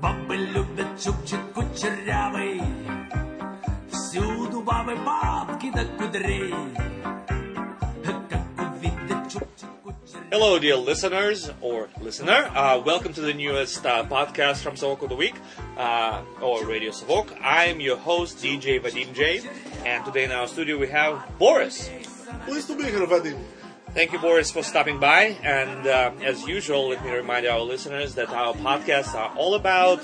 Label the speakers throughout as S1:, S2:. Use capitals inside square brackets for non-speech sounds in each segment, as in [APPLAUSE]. S1: Бабы любят чубчик кучерявый, Всюду бабы бабки до кудрей. Как увидят чубчик кучерявый,
S2: Hello, dear listeners or listener. Uh, welcome to the newest uh, podcast from Savok of the Week uh, or Radio Savok. I'm your host, DJ Vadim J. And today in our studio we have Boris.
S3: Pleased to be here, Vadim.
S2: Thank you, Boris, for stopping by. And uh, as usual, let me remind our listeners that our podcasts are all about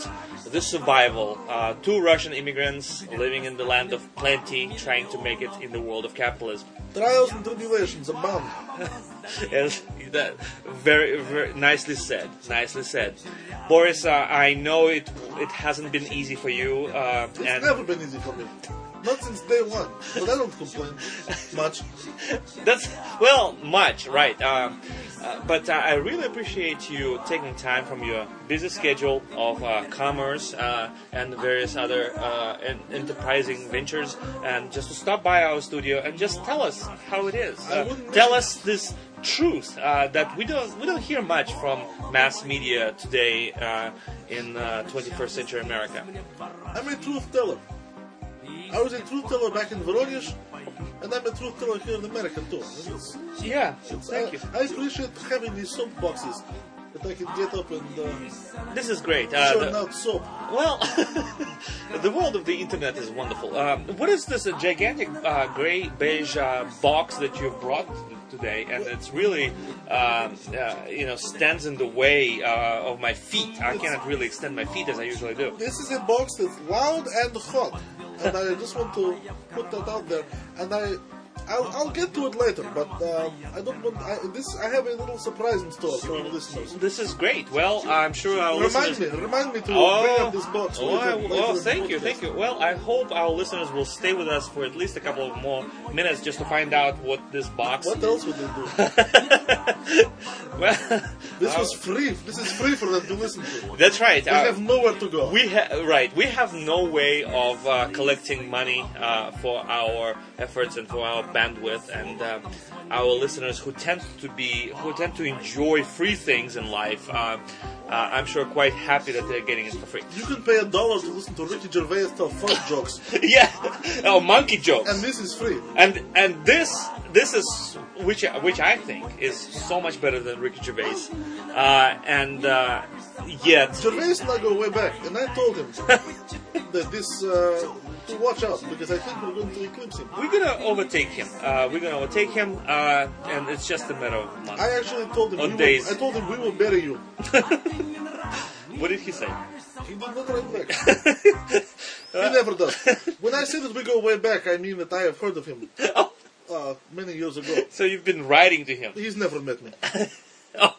S2: the survival. Uh, two Russian immigrants living in the land of plenty, trying to make it in the world of capitalism.
S3: Trials and tribulations abound.
S2: Yes, that, very, very nicely said. Nicely said, Boris. Uh, I know it. It hasn't been easy for you, uh,
S3: It's
S2: and
S3: never been easy for me. Not since day one. But I don't complain much.
S2: that's well, much right. Um, uh, but uh, I really appreciate you taking time from your busy schedule of uh, commerce uh, and various other uh, en- enterprising ventures, and just to stop by our studio and just tell us how it is.
S3: I
S2: Uh,
S3: wouldn't-
S2: tell us this truth uh, that we don't we don't hear much from mass media today uh, in uh, 21st century America.
S3: I'm a truth teller. I was a truth teller back in Voronezh, and I'm a truth teller here in America too. It's-
S2: Yeah,
S3: it's-
S2: thank
S3: I,
S2: you.
S3: I appreciate having these soap boxes that I can get up and uh,
S2: This is great. Uh,
S3: churn
S2: the-
S3: out soap.
S2: Well, [LAUGHS] the world of the internet is wonderful. Um, what is this uh, gigantic uh, gray beige uh, box that you brought today? And it's really, um, uh, you know, stands in the way uh, of my feet. I cannot really extend my feet as I usually do.
S3: This is a box that's loud and hot, and I just want to put that out there. And I, I'll, I'll get to it later, but um, I don't want. I, this I have a little surprise in store for our listeners.
S2: This is great. Well, I'm sure our listeners.
S3: Remind me, remind me to bring up this box.
S2: oh,
S3: later-
S2: I-
S3: later
S2: well,
S3: in the
S2: thank you,
S3: podcast.
S2: thank you. Well, I hope our listeners will stay with us for at least a couple of more minutes just to find out what this box.
S3: What else would they do?
S2: [LAUGHS] well, uh,
S3: This was free. This is free for them to listen to.
S2: that's right. uh,
S3: They have nowhere to go.
S2: We ha- right. We have no way of uh, collecting money uh, for our efforts and for our bandwidth and uh, our listeners who tend to be who tend to enjoy free things in life. Uh, uh, I'm sure quite happy that they're getting it for free. [LAUGHS]
S3: you can pay a dollar to listen to Ricky Gervais tell fuck jokes,
S2: yeah. Oh, monkey jokes.
S3: and this is free.
S2: and and this this is which which I think is so much better than Ricky Gervais, uh, and uh, yet
S3: Gervais and I go way back, and I told him [LAUGHS] that this uh, to watch out because I think we're going to eclipse him.
S2: we're gonna overtake him. Uh, we're gonna overtake him, uh, and it's just a matter of months.
S3: I actually told him.
S2: On
S3: we
S2: days.
S3: Will, I told him we will bury you.
S2: What did he say?
S3: He did not write
S2: [LAUGHS]
S3: back. he never does. When I say that we go way back, I mean that I have heard of
S2: [LAUGHS]
S3: him uh, many years ago.
S2: So you've been writing to him.
S3: He's never met me.
S2: Oh,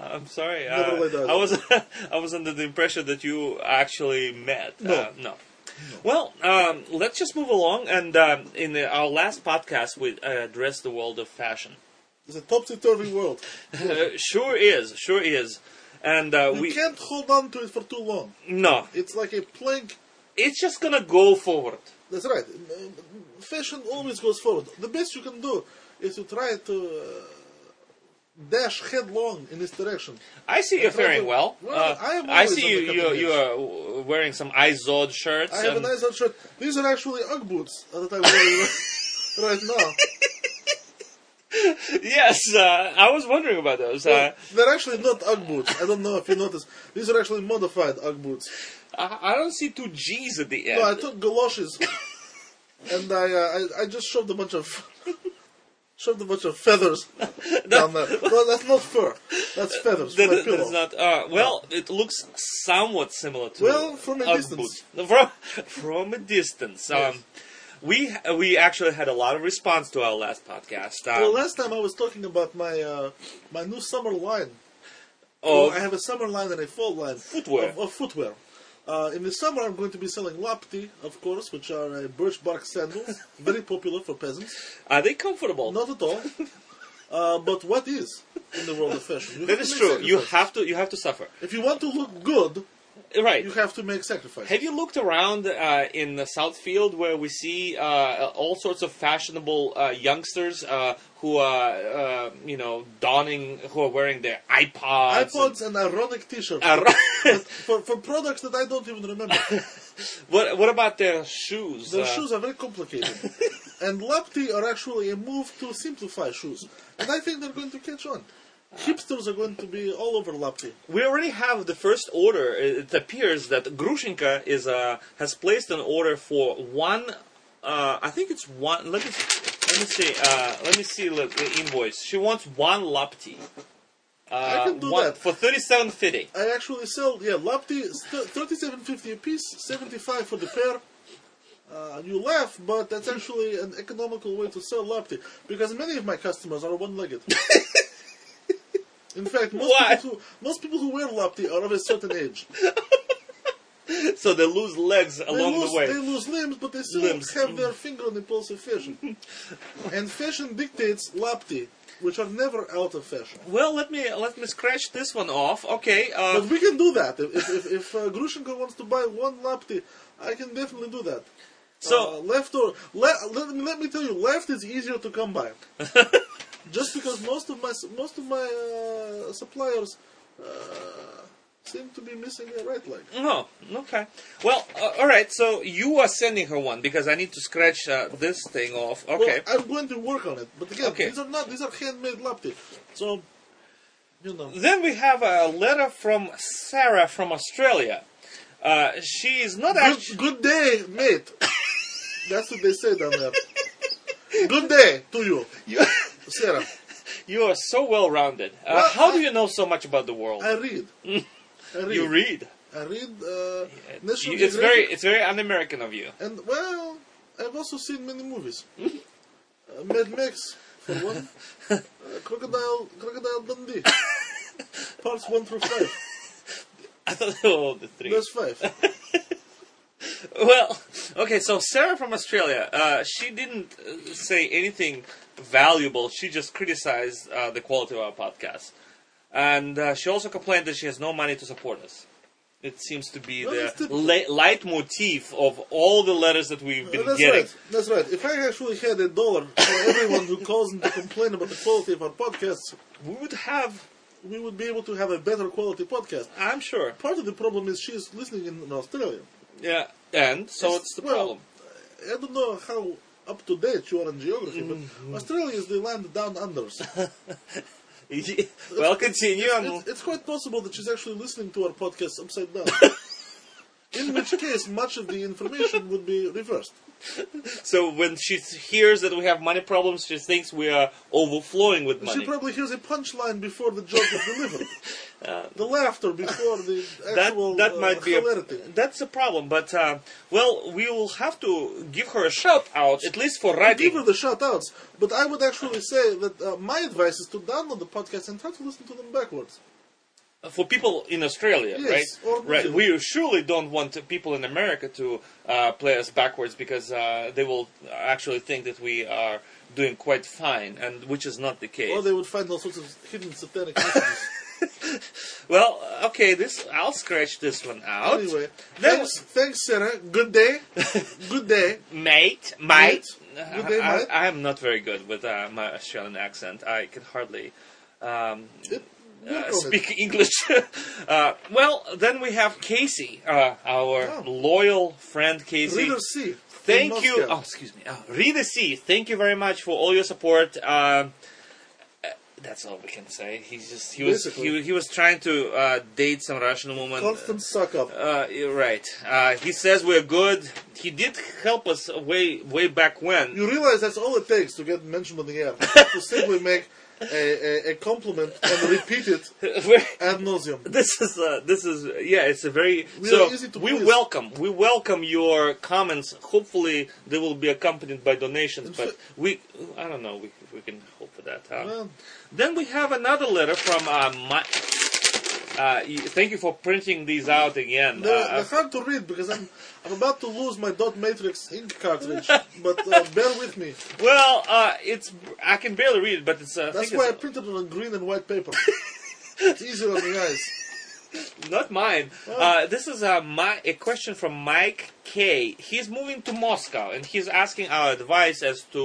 S2: I'm sorry. Uh,
S3: Never like that.
S2: I was [LAUGHS] I was under the impression that you actually met. No, uh, no. Well, um, let's just move along. And um, in the, our last podcast, we uh, addressed the world of fashion. [LAUGHS]
S3: It's a topsy-turvy world.
S2: Uh, sure is, sure is, and uh,
S3: You
S2: we
S3: can't hold on to it for too long.
S2: no.
S3: It's like a plank.
S2: It's just gonna go forward.
S3: That's right. Um, Fashion always goes forward. The best you can do is to try to uh, dash headlong in this direction.
S2: I see you're faring well.
S3: Well,
S2: Uh,
S3: I am
S2: I
S3: always
S2: see
S3: on
S2: you.
S3: the
S2: You,
S3: cutting
S2: you
S3: edge.
S2: are w- wearing some Izod shirts.
S3: I have a
S2: and-
S3: nice old shirt. These are actually UGG boots that I'm wearing right now.
S2: [LAUGHS] Yes, uh, I was wondering about those. Uh,
S3: They're actually not UGG boots. I don't know if you noticed. These are actually modified UGG boots.
S2: I, I don't see two G's at the end.
S3: No, I took galoshes, and I, uh, I I just shoved a bunch of [LAUGHS] shoved a bunch of
S2: [LAUGHS]
S3: feathers down there. No, that's not fur. That's feathers.
S2: That-
S3: from a
S2: that- that
S3: pillow.
S2: is not. Uh, well, it looks somewhat similar to.
S3: Well, from a
S2: Ugg
S3: distance.
S2: boot. [LAUGHS] From from a distance. Um, We we actually had a lot of response to our last podcast. Um,
S3: Well, last time I was talking about my uh, my new summer line.
S2: oh,
S3: I have a summer line and a fall line.
S2: Footwear.
S3: Of, of footwear. Uh, in the summer, I'm going to be selling lapti, of course, which are uh, birch bark
S2: [LAUGHS]
S3: sandals, very popular for peasants.
S2: are they comfortable?
S3: Not at all. Uh, but what is in the world of fashion? You
S2: that
S3: have
S2: is
S3: to make
S2: true. You
S3: sacrifices.
S2: have to you have to suffer.
S3: If you want to look good,
S2: right.
S3: You have to make sacrifices.
S2: Have you looked around uh, in the Southfield where we see uh, all sorts of fashionable uh, youngsters uh, who are, uh, you know, donning, who are wearing their iPods?
S3: iPods and ironic T-shirts
S2: and- [LAUGHS] uh,
S3: for, for products that I don't even remember.
S2: what, what about their shoes?
S3: Their
S2: Uh,
S3: shoes are very
S2: [LAUGHS]
S3: complicated, and Lapti are actually a move to simplify shoes, and I think they're going to catch on. Hipsters are going to be all over Lapti.
S2: We already have the first order. It appears that Grushenka is uh, has placed an order for one. Uh, I think it's one. Let me let me see. Uh, let me see the, the invoice. She wants one lapti. Uh,
S3: I can do
S2: one-
S3: that.
S2: for thirty-seven fifty.
S3: I actually sell yeah Lapti st- thirty-seven fifty a piece, seventy-five for the pair. Uh, you laugh, but that's actually an economical way to sell Lapti because many of my customers are
S2: [LAUGHS]
S3: one-legged. In fact, most
S2: Why?
S3: people, who, most people who wear Lapti are of a certain age.
S2: So they lose legs
S3: They
S2: along
S3: lose,
S2: the way.
S3: They lose limbs, but they still
S2: Limbs.
S3: have their finger on the pulse of
S2: [LAUGHS]
S3: fashion. and fashion dictates lapti, which are never out of fashion.
S2: Well, let me let me scratch this one off. Okay. Uh,
S3: But we can do that. If, if, if, if uh, Grushenko wants to buy one lapti, I can definitely do that.
S2: So-
S3: uh, left or le- let, me- let me tell you, left is easier to come
S2: [LAUGHS]
S3: by. Just because most of my s- most of my uh, suppliers uh, seem to be missing a right leg.
S2: No. Okay. Well, uh, all right. So you are sending her one because I need to scratch uh, this thing off. Okay.
S3: Well, I'm going to work on it. But again,
S2: Okay.
S3: these are not these are handmade lapti. So you know
S2: Then we have a letter from Sarah from Australia. Uh, she is not
S3: good,
S2: actually.
S3: good day,
S2: [LAUGHS]
S3: mate. That's what they say down there. Good day to you,
S2: [LAUGHS]
S3: Sarah.
S2: You are so well rounded. Uh,
S3: Well,
S2: how do
S3: I-
S2: you know so much about the world?
S3: I read. I read.
S2: you read.
S3: I read uh, National
S2: You- it's very
S3: Geographic
S2: it's very un-American of you. [LAUGHS]
S3: and well, I've also seen many movies. uh, Mad Max for
S2: [LAUGHS]
S3: one. Uh, Crocodile Crocodile Dundee. Parts one through five.
S2: I thought they were all the three.
S3: There's five.
S2: Well, okay. So Sarah from Australia, uh, she didn't uh, say anything valuable. She just criticized uh, the quality of our podcast, and uh, she also complained that she has no money to support us. It seems to be
S3: Well,
S2: the
S3: that's typical.
S2: la- leitmotif of all the letters that we've been
S3: that's
S2: getting.
S3: right. That's right. If I actually had a dollar for everyone who calls in to complain about the quality of our podcasts,
S2: We would have,
S3: we would be able to have a better quality podcast.
S2: I'm sure.
S3: Part of the problem is she's listening in Australia.
S2: Yeah, and so it's the
S3: Well, [LAUGHS]
S2: problem.
S3: I don't know how up to date you are in geography,
S2: Mm-hmm.
S3: but Australia is the land down under. so
S2: [LAUGHS] well, continue. and-
S3: it's, it's quite possible that she's actually listening to our podcast upside
S2: [LAUGHS]
S3: down. in which case, much of the information would be reversed.
S2: so when she hears that we have money problems, she thinks we are overflowing with money.
S3: She probably hears a punchline before the joke is
S2: [LAUGHS]
S3: delivered. the laughter before the
S2: Uh, that
S3: actual
S2: that
S3: uh,
S2: might be
S3: hilarity.
S2: a, that's a problem. But uh, well, we will have to give her a shout out at least for
S3: Give her
S2: writing.
S3: the shout-outs, but I would actually say that uh, my advice is to download the podcast and try to listen to them backwards.
S2: for people in Australia,
S3: Yes,
S2: right?
S3: or-
S2: right. We surely don't want people in America to uh, play us backwards because uh, they will actually think that we are doing quite fine, and which is not the case.
S3: Or they would find all sorts of hidden
S2: [LAUGHS]
S3: satanic messages.
S2: well, okay, this I'll scratch this one out.
S3: anyway,
S2: Then-
S3: thanks, thanks, Sarah. Good
S2: [LAUGHS]
S3: day. Good day.
S2: mate, mate.
S3: Mate. Good day,
S2: I,
S3: mate.
S2: I am not very good with uh, my Australian accent. I can hardly. Um,
S3: Work
S2: uh,
S3: on it.
S2: speak English. [LAUGHS] uh, well, then we have Casey, uh, our
S3: Oh.
S2: loyal friend Casey.
S3: Reader C. in
S2: Thank you.
S3: Moscow.
S2: Oh, excuse me. Oh, Reader C, thank you very much for all your support. Um, uh, that's all we can say. He's just he was he,
S3: Basically.
S2: he was trying to uh, date some Russian woman.
S3: Constant suck up.
S2: Uh, you're right. Uh, he says we're good. He did help us way way back when.
S3: You realize that's all it takes to get mentioned on the
S2: [LAUGHS]
S3: air. to simply make a, a, a compliment and repeat it
S2: [LAUGHS]
S3: ad nauseum.
S2: this is uh, this is yeah it's a very
S3: We
S2: so
S3: are easy to
S2: we
S3: please.
S2: welcome we welcome your comments hopefully they will be accompanied by donations but
S3: fact-
S2: we i don't know we, we can hope for that huh?
S3: Well.
S2: then we have another letter from uh, my uh, y- thank you for printing these
S3: Mm.
S2: out again
S3: They're,
S2: uh,
S3: they're hard to read because I'm, I'm about to lose my dot matrix ink
S2: [LAUGHS]
S3: cartridge, but uh, bear with me.
S2: well uh, it's i can barely read it but it's uh, I
S3: That's
S2: think
S3: why I
S2: it's,
S3: printed it on green and white paper. it's easier on the eyes.
S2: Not mine.
S3: Oh.
S2: Uh, this is a, my, a question from Mike K. He's moving to Moscow and he's asking our advice as to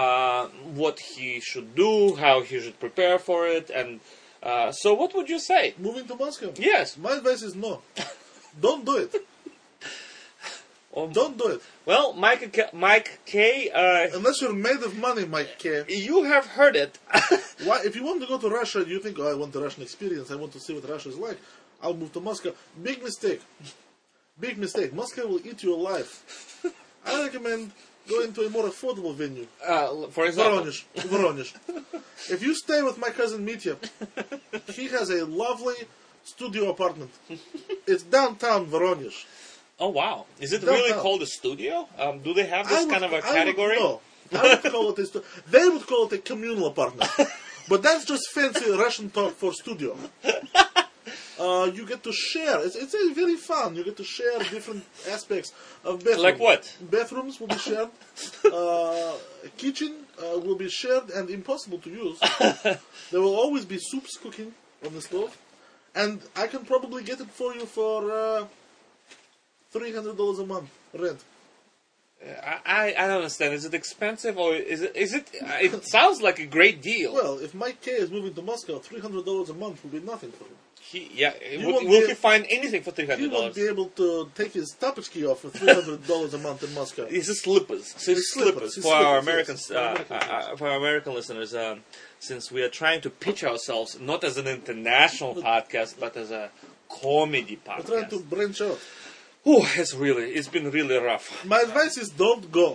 S2: uh, what he should do, how he should prepare for it, and uh, so what would you say?
S3: Moving to Moscow?
S2: Yes.
S3: My advice is no. Don't do it.
S2: Um,
S3: Don't do it.
S2: Well, Mike, K- Mike K. Uh,
S3: Unless you're made of money, Mike K.
S2: you have heard it. [LAUGHS] Uh,
S3: Why, if you want to go to Russia, you think, oh, I want the Russian experience, I want to see what Russia is like, I'll move to Moscow. Big mistake. Big mistake. Moscow will eat you alive. I recommend going to a more affordable venue.
S2: uh, for example,
S3: Voronezh. Voronezh. If you stay with my cousin Mitya, he has a lovely studio apartment. It's downtown Voronezh.
S2: oh wow, is it
S3: Don't
S2: really
S3: know.
S2: called a studio? Um, do they have
S3: I
S2: this
S3: would-
S2: kind of
S3: I
S2: a
S3: would-
S2: category?
S3: no. I would call it a stu- they would call it a communal
S2: [LAUGHS]
S3: apartment. but that's just fancy Russian talk for studio. Uh, you get to share. It's, it's uh, very fun. You get to share different aspects of bathroom.
S2: Like what?
S3: Bathrooms will be
S2: [LAUGHS]
S3: shared. Uh, kitchen uh, will be shared and impossible to
S2: [LAUGHS]
S3: use. there will always be soups cooking on the stove. And I can probably get it for you for uh, $300 a month rent.
S2: I, I I don't understand. Is it expensive or is it is it? uh, It sounds like a great deal.
S3: Well, if Mike K is moving to Moscow, three hundred dollars a month will be nothing for him.
S2: he, yeah, will,
S3: won't
S2: will
S3: be-
S2: he find anything for three
S3: He
S2: hundred
S3: won't
S2: dollars?
S3: be able to take his tapochki off for three hundred dollars a month in Moscow.
S2: It's his slippers. So it's
S3: It's slippers,
S2: slippers
S3: it's
S2: for our
S3: slippers,
S2: Americans,
S3: yes.
S2: uh,
S3: For American
S2: uh, uh, for our American listeners. Um, since we are trying to pitch ourselves not as an international podcast, but as a comedy
S3: I'm trying to
S2: podcast.
S3: branch out.
S2: Oh, it's really it's been really rough.
S3: My advice is don't go.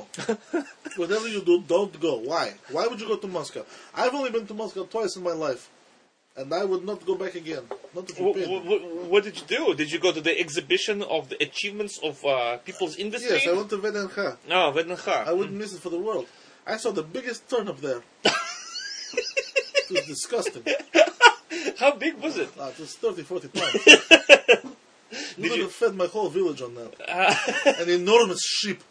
S3: Whatever you do, don't go. Why? Why would you go to Moscow? I've only been to Moscow twice in my life, and I would not go back again. Not if you
S2: What,
S3: paid. me.
S2: what did you do? Did you go to the exhibition of the achievements of uh, people's industry? Oh,
S3: Yes, I went to Vedenha.
S2: No, Vedanha.
S3: I wouldn't miss it for the world. I saw the biggest turnip there. it was disgusting.
S2: How big was it?
S3: Ah, it was 30, 40
S2: [LAUGHS]
S3: pounds. you could
S2: you- Ah.
S3: have fed my whole village on
S2: [LAUGHS]
S3: that. An enormous sheep.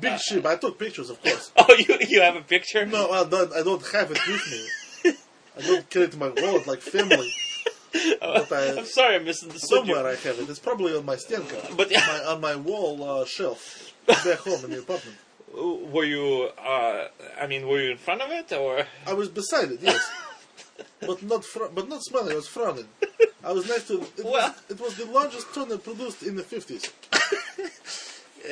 S3: Big sheep. I took pictures, of course.
S2: [LAUGHS] Oh, you you have a picture?
S3: No, I don't, I don't have it with me. I don't carry it in my wallet like family. But I,
S2: [LAUGHS] I'm sorry, I misunderstood you.
S3: somewhere I have it. It's probably on my stenka.
S2: But-
S3: on, my, on my wall uh, shelf.
S2: [LAUGHS]
S3: Back home in the apartment.
S2: Were you? Uh, I mean, were you in front of it or?
S3: I was beside it, yes. But not fr- but not smelling, I was frowning. I was next to it.
S2: Well-
S3: Was, it was the largest turnip produced in the 50s.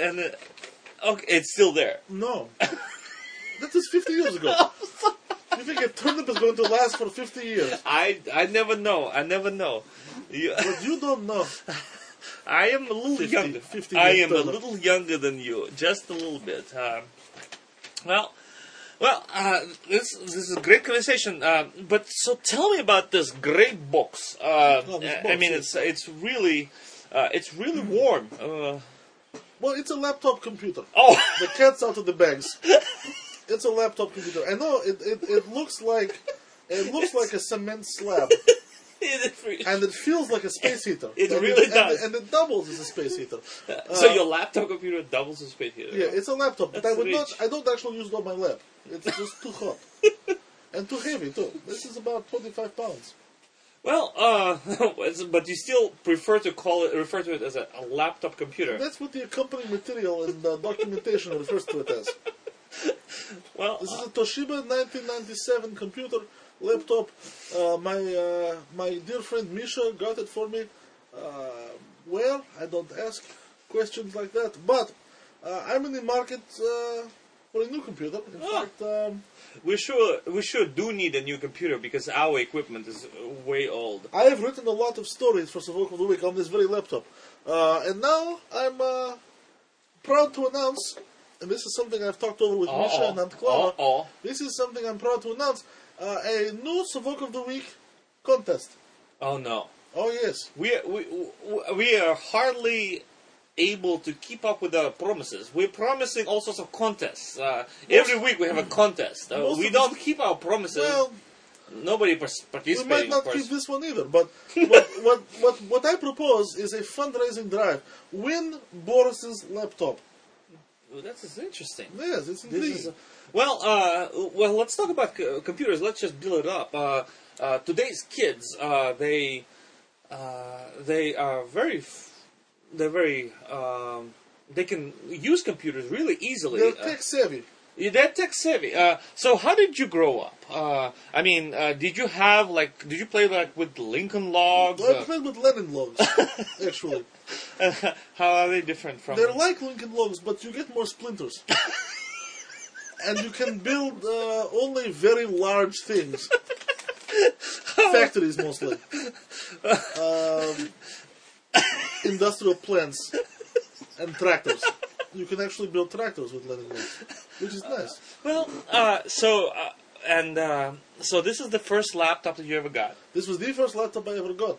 S2: And uh, okay, it's still there.
S3: No. that was 50 years ago. you think a turnip is going to last for 50 years?
S2: I I never know. I never know. You, [LAUGHS]
S3: But you don't know.
S2: I am a little
S3: 50
S2: younger.
S3: 50
S2: I
S3: years
S2: am a
S3: older.
S2: little younger than you, just a little bit. Um, well, well, uh, this this is a great conversation. Uh, but so tell me about this great box. Uh,
S3: Oh, this
S2: I
S3: box, Mm-hmm.
S2: mean, it's
S3: yes.
S2: it's really uh, it's really warm. Uh,
S3: Well, it's a laptop computer.
S2: oh, [LAUGHS]
S3: The cat's out of the bags. It's a laptop computer. I know it, it, it looks like it looks like a cement slab,
S2: [LAUGHS] it is really-
S3: and it feels like a space heater.
S2: It
S3: And
S2: really
S3: and
S2: does.
S3: and it doubles as a space heater.
S2: so
S3: Uh,
S2: your laptop computer doubles the space heater.
S3: Yeah, it's a laptop, but I
S2: That's
S3: would not.
S2: rich.
S3: I don't actually use it on my lap. It's just too hot and too heavy too. This is about twenty-five pounds.
S2: Well, uh, [LAUGHS] it's- but you still prefer to call it refer to it as a, a laptop computer.
S3: That's what the accompanying material and uh, documentation refers to it as.
S2: Well,
S3: This is
S2: uh,
S3: a Toshiba 1997 computer laptop. Uh, my uh, my dear friend Misha got it for me. Uh, where I don't ask questions like that, but uh, I'm in the market uh, for a new computer. In
S2: Ah.
S3: fact, um,
S2: we sure we sure do need a new computer because our equipment is uh, way old.
S3: I have written a lot of stories for Savok of the Week on this very laptop. Uh, and now I'm uh, proud to announce, and this is something I've talked over with Misha and Aunt Clara.
S2: Uh-oh.
S3: This is something I'm proud to announce uh, a new Savok of the Week contest.
S2: Oh no,
S3: Oh, yes.
S2: we we we- we are hardly able to keep up with our promises. We're promising all sorts of contests. Uh, every week we have a contest. Uh,
S3: most
S2: we
S3: of
S2: don't keep our promises.
S3: Well,
S2: Nobody
S3: we
S2: pers-
S3: might
S2: participating. of
S3: not
S2: course.
S3: keep this one either,
S2: [LAUGHS]
S3: but what, what, what, what I propose is a fundraising drive. Win Boris's laptop.
S2: Well, that's interesting.
S3: Yes, it's
S2: This
S3: indeed.
S2: is a- well, uh, well, let's talk about c- computers. Let's just build it up. Uh, uh, today's kids, uh, they uh, they are very, f- they're very, um, they can use computers really easily.
S3: They're
S2: Uh,
S3: tech savvy.
S2: yeah, They're tech savvy. Uh, so how did you grow up? Uh, I mean, uh, did you have like, did you play like with Lincoln Logs?
S3: Well, I
S2: Uh,
S3: played with Lenin
S2: [LAUGHS]
S3: logs, actually.
S2: how are they different from?
S3: They're like Lincoln logs, but you get more
S2: [LAUGHS]
S3: splinters. and you can build uh, only very large
S2: [LAUGHS]
S3: things. Factories mostly. Um, industrial plants and tractors. You can actually build tractors with Lenin logs, which is nice.
S2: Well, uh, so uh, and uh, so this is the first laptop that you ever got.
S3: This was the first laptop I ever got.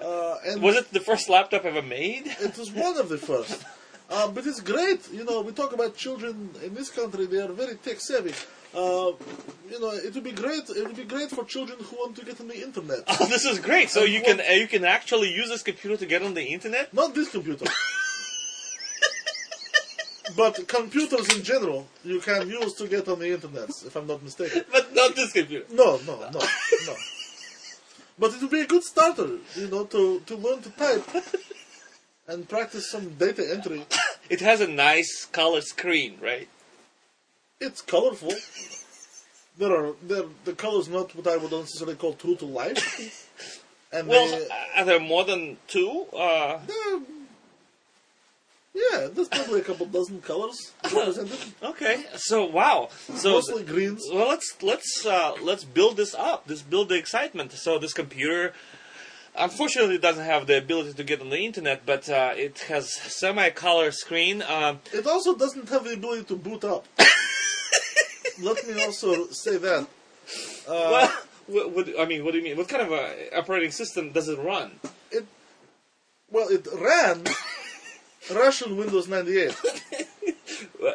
S3: Uh, and
S2: Was it the first laptop ever made? [LAUGHS]
S3: It was one of the first. Uh, but it's great, you know. We talk about children in this country; they are very tech savvy. Uh, you know, it would be great. It would be great for children who want to get on the internet.
S2: this is great. So you can
S3: what-
S2: uh, you can actually use this computer to get on the internet.
S3: Not this computer, but computers in general you can use to get on the internet, if I'm not mistaken.
S2: But not this computer.
S3: No, no, no, no. But it would be a good starter, you know, to to learn to type and practice some data entry.
S2: It has a nice color screen, right?
S3: It's colorful. There are there, the colors not what I would necessarily call true to life.
S2: [LAUGHS]
S3: And
S2: Well, uh,
S3: they,
S2: are there more than two? Uh,
S3: they're- yeah, there's probably a couple dozen
S2: [LAUGHS]
S3: colors represented,
S2: okay. So wow. So
S3: mostly greens.
S2: well, let's let's uh, let's build this up. Let's build the excitement. So this computer, unfortunately, doesn't have the ability to get on the internet, but uh, it has semi-color screen. Uh,
S3: It also doesn't have the ability to boot up. Let me also say that Uh,
S2: well, [LAUGHS] what, what, I mean, what do you mean? What kind of uh operating system does it run?
S3: it well it ran Russian Windows 98
S2: Uh,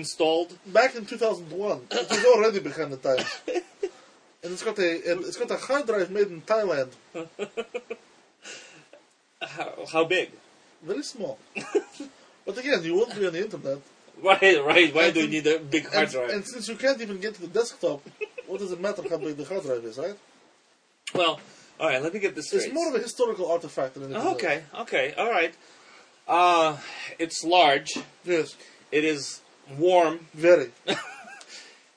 S2: installed?
S3: back in 2001. It was already behind the times. And it's got a it's got a hard drive made in Thailand.
S2: How, how big? [LAUGHS]
S3: very small. [LAUGHS] but again, you won't be on the internet.
S2: Right, right. Why
S3: And
S2: do you
S3: sin-
S2: need a big hard
S3: And,
S2: drive?
S3: and since you can't even get to the desktop, what does it matter how big the hard drive is, right?
S2: well, all right. Let me get this straight.
S3: It's more of a historical artifact than anything. else.
S2: okay, okay, all right. Uh, it's large.
S3: Yes,
S2: It is warm.
S3: very.
S2: [LAUGHS]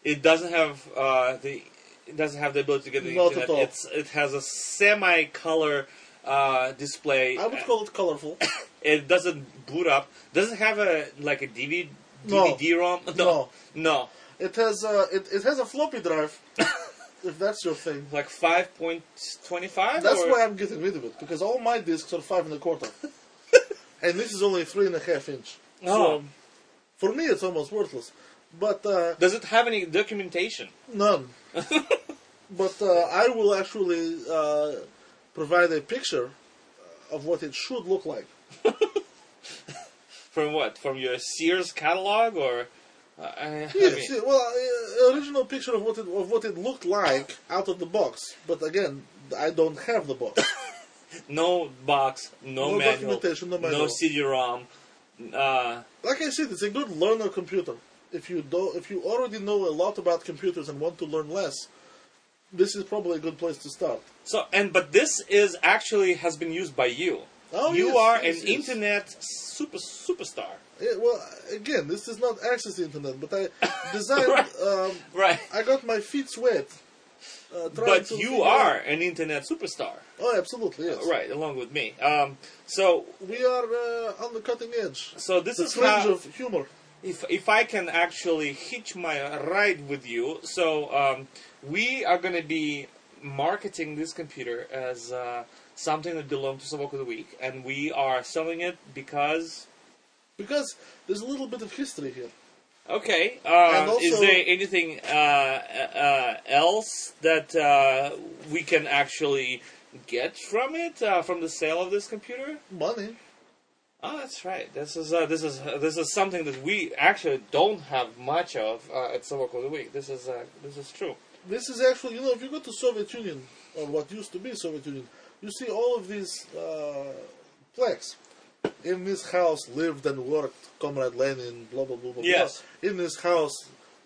S2: It doesn't have uh, the it doesn't have the ability to get the
S3: Not at
S2: internet.
S3: all.
S2: It's it has a semi-color uh, display.
S3: I would call it colorful.
S2: It doesn't boot up. Doesn't have a like a DVD
S3: No.
S2: DVD-ROM.
S3: No.
S2: no,
S3: It has a it, it has a floppy
S2: [LAUGHS]
S3: drive. if that's your thing.
S2: like five point twenty-five.
S3: That's
S2: or?
S3: why I'm getting rid of it because all my discs are five and a
S2: [LAUGHS]
S3: quarter, and this is only three and a half inch.
S2: Oh.
S3: So for me, it's almost worthless. But uh,
S2: Does it have any documentation? [LAUGHS]
S3: None. but uh, I will actually uh, provide a picture of what it should look like.
S2: From what? From your Sears catalog, or uh, I, I
S3: Yeah,
S2: mean-
S3: see, well, uh, original picture of what it of what it looked like out of the box. But again, I don't have the
S2: [LAUGHS]
S3: box.
S2: No box, no,
S3: No
S2: manual,
S3: documentation, no
S2: no
S3: manual.
S2: CD-ROM. Uh,
S3: like I said, it's a good learner computer. If you do, if you already know a lot about computers and want to learn less, this is probably a good place to start.
S2: so and but this is actually has been used by you.
S3: Oh,
S2: you
S3: yes,
S2: are
S3: yes,
S2: an
S3: yes.
S2: internet super superstar,
S3: Yeah, well, again, this does not access the internet, but
S2: [LAUGHS]
S3: I designed. um,
S2: right?
S3: I got my feet wet. Uh, trying
S2: But
S3: to
S2: you
S3: figure
S2: are
S3: out-
S2: an internet superstar,
S3: Oh, absolutely, yes.
S2: right? Along with me. Um, so
S3: We are uh, on the cutting edge.
S2: so this
S3: The
S2: is
S3: fringe
S2: how
S3: of humor.
S2: if if I can actually hitch my ride with you. So um, we are going to be marketing this computer as uh, something that belonged to Sobok of the Week, and we are selling it because.
S3: Because there's a little bit of history here.
S2: Okay. Um, is
S3: also-
S2: there anything uh, uh, else that uh, we can actually get from it uh, from the sale of this computer?
S3: Money.
S2: Oh, that's right. This is uh, this is uh, this is something that we actually don't have much of uh, at Sobok of the Week. This is uh, this is true.
S3: This is actually, you know, if you go to Soviet Union, or what used to be Soviet Union, you see all of these uh, plaques. In this house lived and worked Comrade Lenin, blah, blah, blah, blah,
S2: Yes.
S3: blah. In this house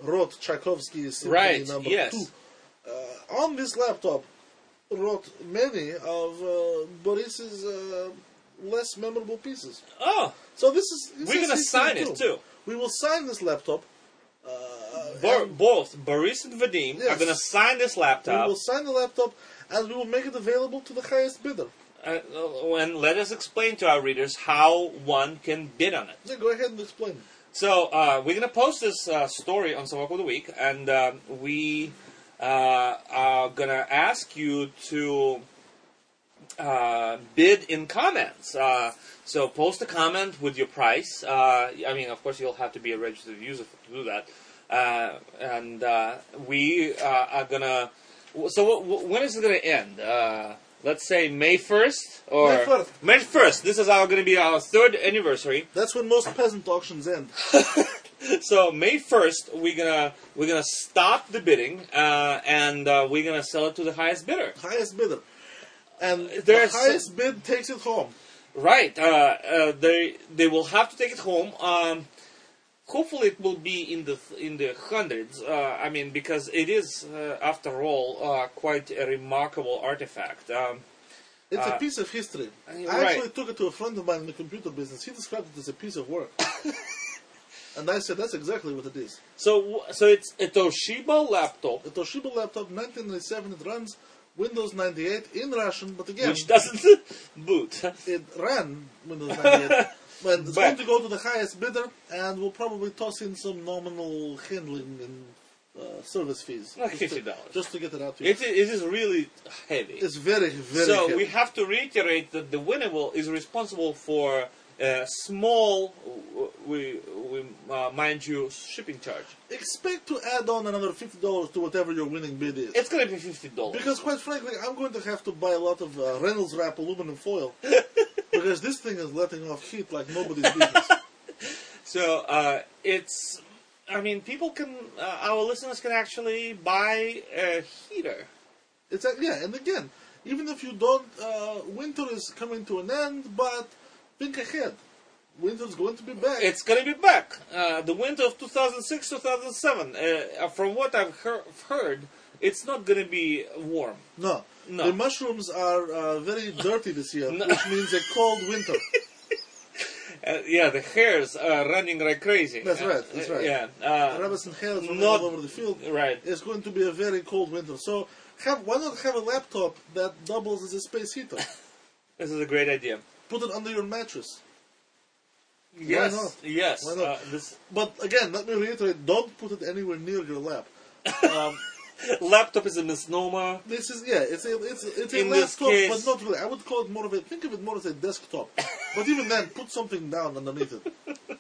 S3: wrote Tchaikovsky Symphony
S2: Right,
S3: number
S2: yes.
S3: two. Uh, on this laptop, wrote many of uh, Boris's uh, less memorable pieces.
S2: Oh,
S3: So this is this
S2: We're
S3: is
S2: gonna
S3: his
S2: sign
S3: thing
S2: it, too.
S3: We will sign this laptop. Uh,
S2: Bor-
S3: and
S2: both Boris and Vadim
S3: Yes.
S2: are gonna sign this
S3: we
S2: laptop
S3: will sign the laptop, and we will make it available to the highest bidder.
S2: uh, uh, and let us explain to our readers how one can bid on it.
S3: Yeah, go ahead and explain.
S2: So uh, we're gonna post this uh, story on Sovok of the Week, and uh, we uh, are gonna ask you to uh, bid in comments. Uh, so post a comment with your price. Uh, I mean, of course, you'll have to be a registered user to do that. Uh, and uh, we uh, are gonna. So wh- wh- when is it gonna end? Uh, let's say May first or
S3: May 1st.
S2: May first. This is our gonna be our third anniversary
S3: That's when most peasant auctions end.
S2: so May first, we're gonna we're gonna stop the bidding, uh, and uh, we're gonna sell it to the highest bidder.
S3: highest bidder. And
S2: There's-
S3: the highest bid takes it home.
S2: Right? Uh, uh, they they will have to take it home. Um, hopefully, it will be in the in the hundreds. Uh, I mean, because it is, uh, after all, uh, quite a remarkable artifact. Um,
S3: It's
S2: Uh,
S3: a piece of history. I
S2: mean,
S3: actually
S2: right.
S3: took it to a friend of mine in the computer business. He described it as a piece of
S2: [LAUGHS]
S3: work. and I said, that's exactly what it is.
S2: so w- so it's a Toshiba laptop,
S3: A Toshiba laptop, 1997, it runs Windows 98 in Russian, but again,
S2: which doesn't [LAUGHS] boot.
S3: it ran Windows
S2: [LAUGHS]
S3: 98. but it's
S2: But-
S3: going to go to the highest bidder, and we'll probably toss in some nominal handling and uh, service fees.
S2: Like
S3: Just to-
S2: $50.
S3: Just to get it out to you.
S2: It, i- it is really heavy.
S3: it's very, very
S2: so
S3: heavy.
S2: we have to reiterate that the winnable is responsible for a small, w- we, we uh, mind you, shipping charge.
S3: expect to add on another fifty dollars to whatever your winning bid is.
S2: It's gonna be fifty dollars.
S3: because quite frankly, I'm going to have to buy a lot of uh, Reynolds wrap aluminum
S2: [LAUGHS]
S3: foil because this thing is letting off heat like nobody's business.
S2: So uh, it's, I mean, people can, uh, our listeners can actually buy a heater.
S3: It's like, yeah, and again, even if you don't, uh, winter is coming to an end, but think ahead. Winter's going to be back.
S2: It's gonna be back. Uh, the winter of 2006, 2007. Uh, from what I've hear- heard, it's not gonna be warm.
S3: no,
S2: No.
S3: the mushrooms are uh, very dirty this year, which means a cold
S2: [LAUGHS]
S3: winter.
S2: Uh, yeah, the hairs are running like crazy.
S3: That's right, that's right.
S2: Yeah. Uh,
S3: Rabbits and hares running
S2: Not-
S3: all over the field.
S2: right.
S3: It's going to be a very cold winter. So have why not have a laptop that doubles as a space
S2: [LAUGHS]
S3: heater?
S2: This is a great idea.
S3: Put it under your mattress.
S2: Yes,
S3: not?
S2: yes.
S3: Why not?
S2: Uh, this
S3: But again, let me reiterate: don't put it anywhere near your lap. Um,
S2: laptop is a misnomer.
S3: this is yeah, it's a it's a, it's a
S2: In this
S3: laptop,
S2: case-
S3: but not really. I would call it more of a think of it more as a desktop. but even then, put something down underneath it.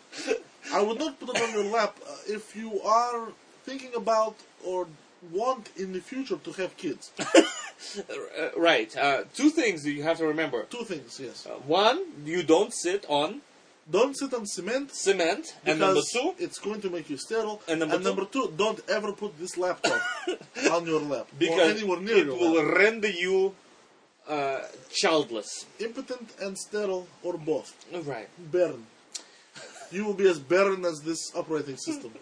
S3: I would not put it on your lap uh, if you are thinking about or want in the future to have kids.
S2: Uh, right. Uh, two things that you have to remember.
S3: Two things, yes.
S2: Uh, one, you don't sit on
S3: Don't sit on cement.
S2: cement, and number
S3: because
S2: two,
S3: it's going to make you sterile.
S2: And number two?
S3: two, don't ever put this
S2: [LAUGHS]
S3: laptop on your lap or
S2: because
S3: anywhere near
S2: it
S3: your
S2: will
S3: lap.
S2: render you uh, childless.
S3: Impotent and sterile or both.
S2: Right.
S3: Barren. You will be as barren as this operating
S2: [LAUGHS]
S3: system,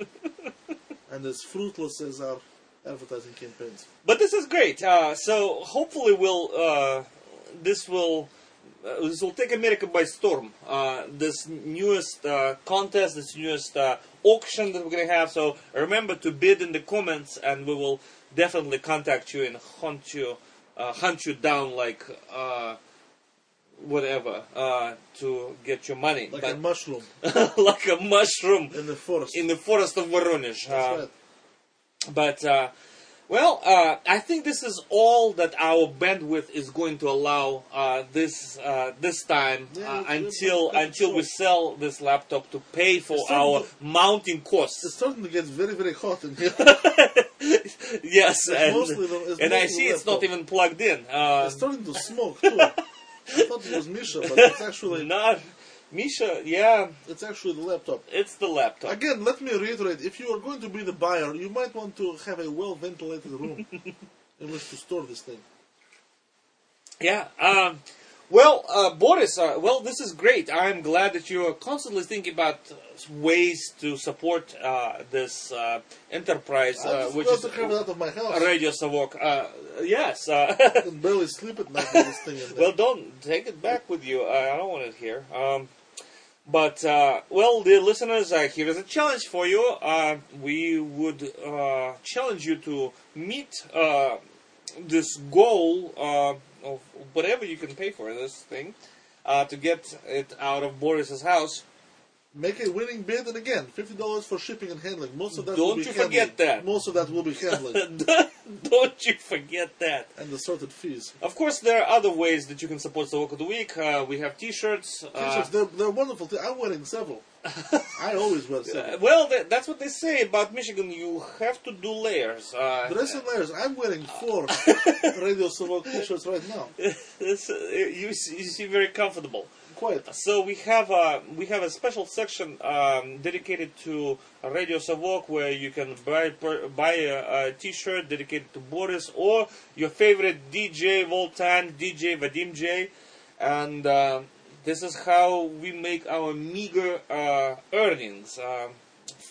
S3: and as fruitless as our advertising campaigns.
S2: But this is great. Uh, so hopefully, we'll uh, this will uh, this will take America by storm. Uh, this newest uh, contest, this newest uh, auction that we're gonna have. So remember to bid in the comments, and we will definitely contact you and hunt you uh, hunt you down like. Uh, Whatever uh, to get your money,
S3: Like a
S2: [LAUGHS] but
S3: mushroom
S2: like a mushroom
S3: in the forest.
S2: in the forest of Voronezh.
S3: That's
S2: Uh,
S3: right.
S2: but uh, well, uh, I think this is all that our bandwidth is going to allow uh, this uh, this time
S3: Yeah,
S2: uh,
S3: it's- it's-
S2: until
S3: it's-
S2: until we sell this laptop to pay for
S3: It's
S2: our
S3: something-
S2: mounting
S3: It's
S2: [LAUGHS] costs.
S3: starting to get very, very hot in here.
S2: Um, yes, and,
S3: mostly the- it's
S2: and I
S3: mostly
S2: see it's
S3: laptop.
S2: not even plugged in. Uh,
S3: it's starting to smoke too. I thought it was Misha, but it's actually
S2: not Misha. Yeah,
S3: it's actually the laptop.
S2: it's the laptop.
S3: Again, let me reiterate: if you are going to be the buyer, you might want to have a well-ventilated room in which to store this thing.
S2: Yeah. Um, Well, uh, Boris, uh, well, this is great. I'm glad that you are constantly thinking about uh, ways to support uh, this uh, enterprise,
S3: I
S2: uh,
S3: just
S2: which
S3: got
S2: is
S3: to come out of my house.
S2: Radio Savok. Uh, yes. Uh, [LAUGHS]
S3: I can barely sleep at night with this thing in there.
S2: well, don't take it back with you. I, I don't want it here. Um, but uh, well, dear listeners, uh, here is a challenge for you. Uh, we would uh, challenge you to meet uh, this goal uh, of whatever you can pay for this thing uh, to get it out of Boris's house. [LAUGHS]
S3: Make a winning bid, and again, fifty dollars for shipping and handling. Most of that will
S2: Don't
S3: be
S2: you
S3: handling.
S2: forget that.
S3: Most of that will be
S2: [LAUGHS]
S3: handling
S2: don't you forget that.
S3: and assorted fees.
S2: Of course, there are other ways that you can support the work of the week. Uh, we have T-shirts. uh,
S3: T-shirts, they're, they're wonderful. Thing. I'm wearing
S2: [LAUGHS]
S3: several. I always wear
S2: Uh,
S3: several.
S2: well, tha that's what they say about Michigan. You have to do layers. Uh,
S3: Dress in layers. I'm wearing four
S2: [LAUGHS]
S3: Radio Savok T-shirts right now.
S2: it's, uh, you, s- you seem very comfortable.
S3: Quite.
S2: So we have a we have a special section um, dedicated to Radio Savok where you can buy per, buy a, a T-shirt dedicated to Boris or your favorite DJ of all time, DJ Vadim J, and uh, this is how we make our meager uh, earnings um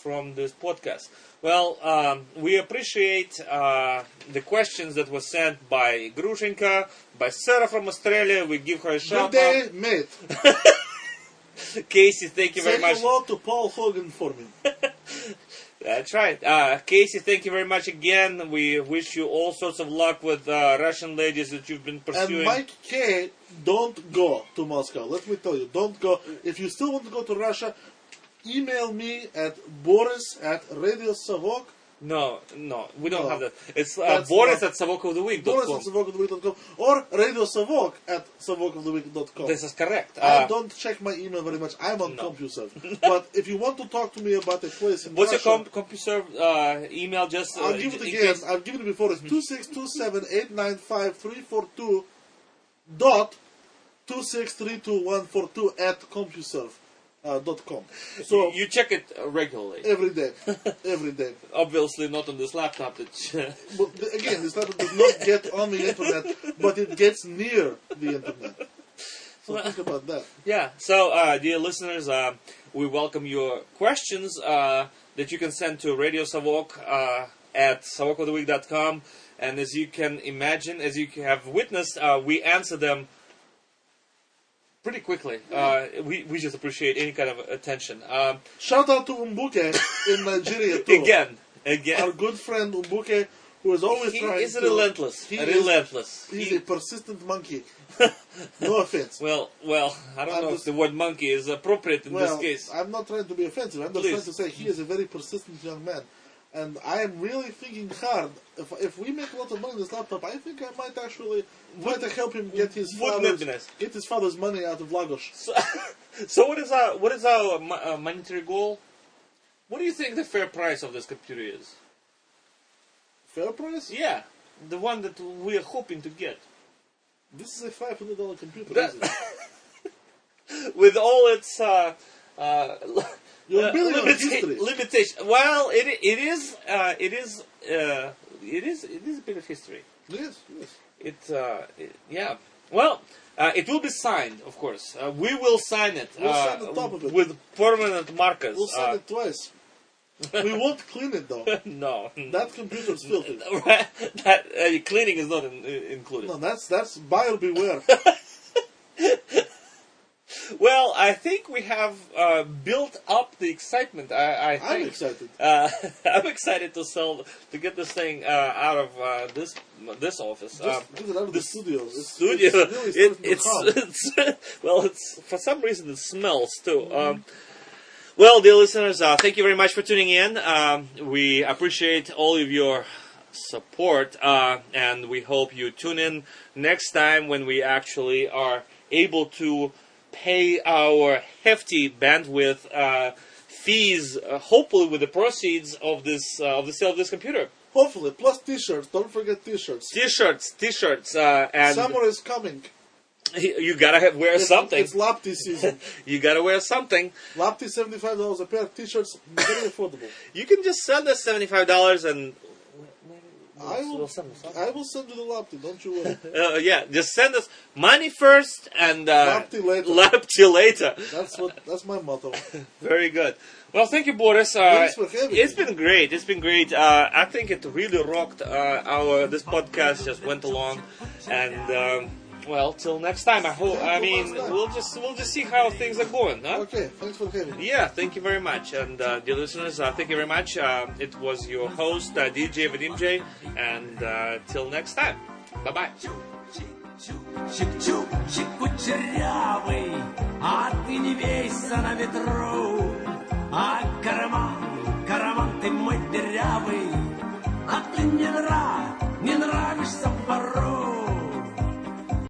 S2: from this podcast. Well, um, we appreciate uh, the questions that were sent by Grushenka, by Sarah from Australia. We give her a
S3: Good
S2: shout out.
S3: day, mate.
S2: Casey, thank you
S3: Say
S2: very much.
S3: hello to Paul Hogan for me.
S2: That's right. Uh, Casey, thank you very much again. We wish you all sorts of luck with uh, Russian ladies that you've been pursuing.
S3: And Mike K, don't go to Moscow. Let me tell you, don't go. If you still want to go to Russia, email me at boris at Radio Savok.
S2: no, no, we don't
S3: No.
S2: have that. It's uh,
S3: That's
S2: Boris
S3: not-
S2: at savokoftheweek.com.
S3: Boris at savokoftheweek.com or Radio Savok at savokoftheweek.com.
S2: This is correct.
S3: I
S2: Uh,
S3: don't check my email very much. I'm on
S2: No.
S3: CompuServe. but if you want to talk to me about a place in
S2: what's your
S3: Russia,
S2: comp- CompuServe uh, email? Just uh,
S3: I'll give it
S2: in
S3: again.
S2: case-
S3: I've given it before. It's two six two seven eight nine five three four two dot two six three two one four two at CompuServe uh, dot com. So
S2: you check it uh, regularly.
S3: every day, every day.
S2: Obviously, not on this laptop. [LAUGHS] That
S3: But th- again, this laptop does not get on the internet, but it gets near the internet. So think about that.
S2: Yeah. So, uh, dear listeners, uh, we welcome your questions uh, that you can send to Radio Savok uh, at savokoftheweek.com. And as you can imagine, as you have witnessed, uh, we answer them pretty quickly. Uh, we, we just appreciate any kind of attention. Um,
S3: Shout out to Umbuke in
S2: [LAUGHS]
S3: Nigeria too.
S2: again,
S3: Our
S2: again.
S3: good friend Umbuke, who is always
S2: He
S3: trying
S2: is
S3: to.
S2: relentless.
S3: He is-
S2: relentless.
S3: He's
S2: He-
S3: a persistent
S2: [LAUGHS]
S3: monkey. No offense.
S2: well, well, I don't
S3: I'm
S2: know
S3: just-
S2: if the word monkey is appropriate in this case.
S3: I'm not trying to be offensive. I'm just
S2: Please.
S3: trying to say he is a very persistent young man. And I am really thinking hard. If, if we make a lot of money on this laptop, I think I might actually try to help him get his
S2: wouldn't it
S3: father's,
S2: be nice?
S3: get his father's money out of Lagos.
S2: So, [LAUGHS] so what is our what is our mo- uh, monetary goal? What do you think the fair price of this computer is?
S3: Fair price?
S2: Yeah, the one that we are hoping to get
S3: This is a five hundred dollar computer.
S2: That- [LAUGHS]
S3: isn't it?
S2: with all its uh, uh,
S3: Your
S2: [LAUGHS] uh,
S3: billing on
S2: limita-
S3: history.
S2: limitation. Well, it it is uh, it is uh, it is it is a bit of history.
S3: yes, yes.
S2: It, uh, it yeah. Well. Uh, it will be signed, of course. Uh, we will sign it,
S3: We'll
S2: uh,
S3: sign the top of it.
S2: with permanent markers.
S3: We'll send it twice. we won't clean it though.
S2: uh, [LAUGHS] no,
S3: That computer's filthy.
S2: [LAUGHS] that uh, cleaning is not in, uh, included.
S3: No, that's that's buyer beware.
S2: Well, I think we have uh, built up the excitement. I, I
S3: I'm
S2: [LAUGHS] think
S3: excited.
S2: Uh, I'm excited to sell to get this thing uh, out of uh, this this office. Um,
S3: Just get it out of the studio. It's,
S2: studio.
S3: It's really
S2: It,
S3: starting to
S2: it's,
S3: hum.
S2: [LAUGHS] it's- well, it's for some reason it smells too. Um, well, dear listeners, uh, thank you very much for tuning in. Um, we appreciate all of your support, uh, and we hope you tune in next time when we actually are able to pay our hefty bandwidth uh, fees, uh, hopefully with the proceeds of this uh, of the sale of this computer.
S3: Hopefully, plus T-shirts. Don't forget T-shirts.
S2: T-shirts, T-shirts, uh, and
S3: Summer is coming.
S2: you gotta have, wear
S3: It's-
S2: something.
S3: It's Lapti
S2: [LAUGHS]
S3: season.
S2: you gotta wear something.
S3: Lapti seventy-five dollars a pair. T-shirts very affordable.
S2: You can just send us seventy-five dollars and
S3: I I
S2: [LAUGHS] We'll
S3: will,
S2: send this
S3: I will send you the laptop, don't you worry.
S2: Uh, yeah, just send us money first and uh,
S3: Lapti later.
S2: lapti later.
S3: that's what. That's my
S2: [LAUGHS]
S3: motto.
S2: Very good. Well, thank you, Boris. Uh,
S3: Thanks for having me.
S2: it's been great. It's been great. Uh, I think it really rocked uh, our. This podcast just went along, and um, well, till next time. I hope.
S3: Till
S2: I
S3: next
S2: mean,
S3: time.
S2: we'll just we'll just see how things are going. Huh?
S3: Okay, thanks for having me.
S2: Yeah, thank you very much. And uh, dear listeners, uh, thank you very much. Uh, it was your host, uh, DJ Vadim J. And uh, till next time, bye bye.
S1: Чук-чук-чик кучерявый, а ты не вейся на ветру. А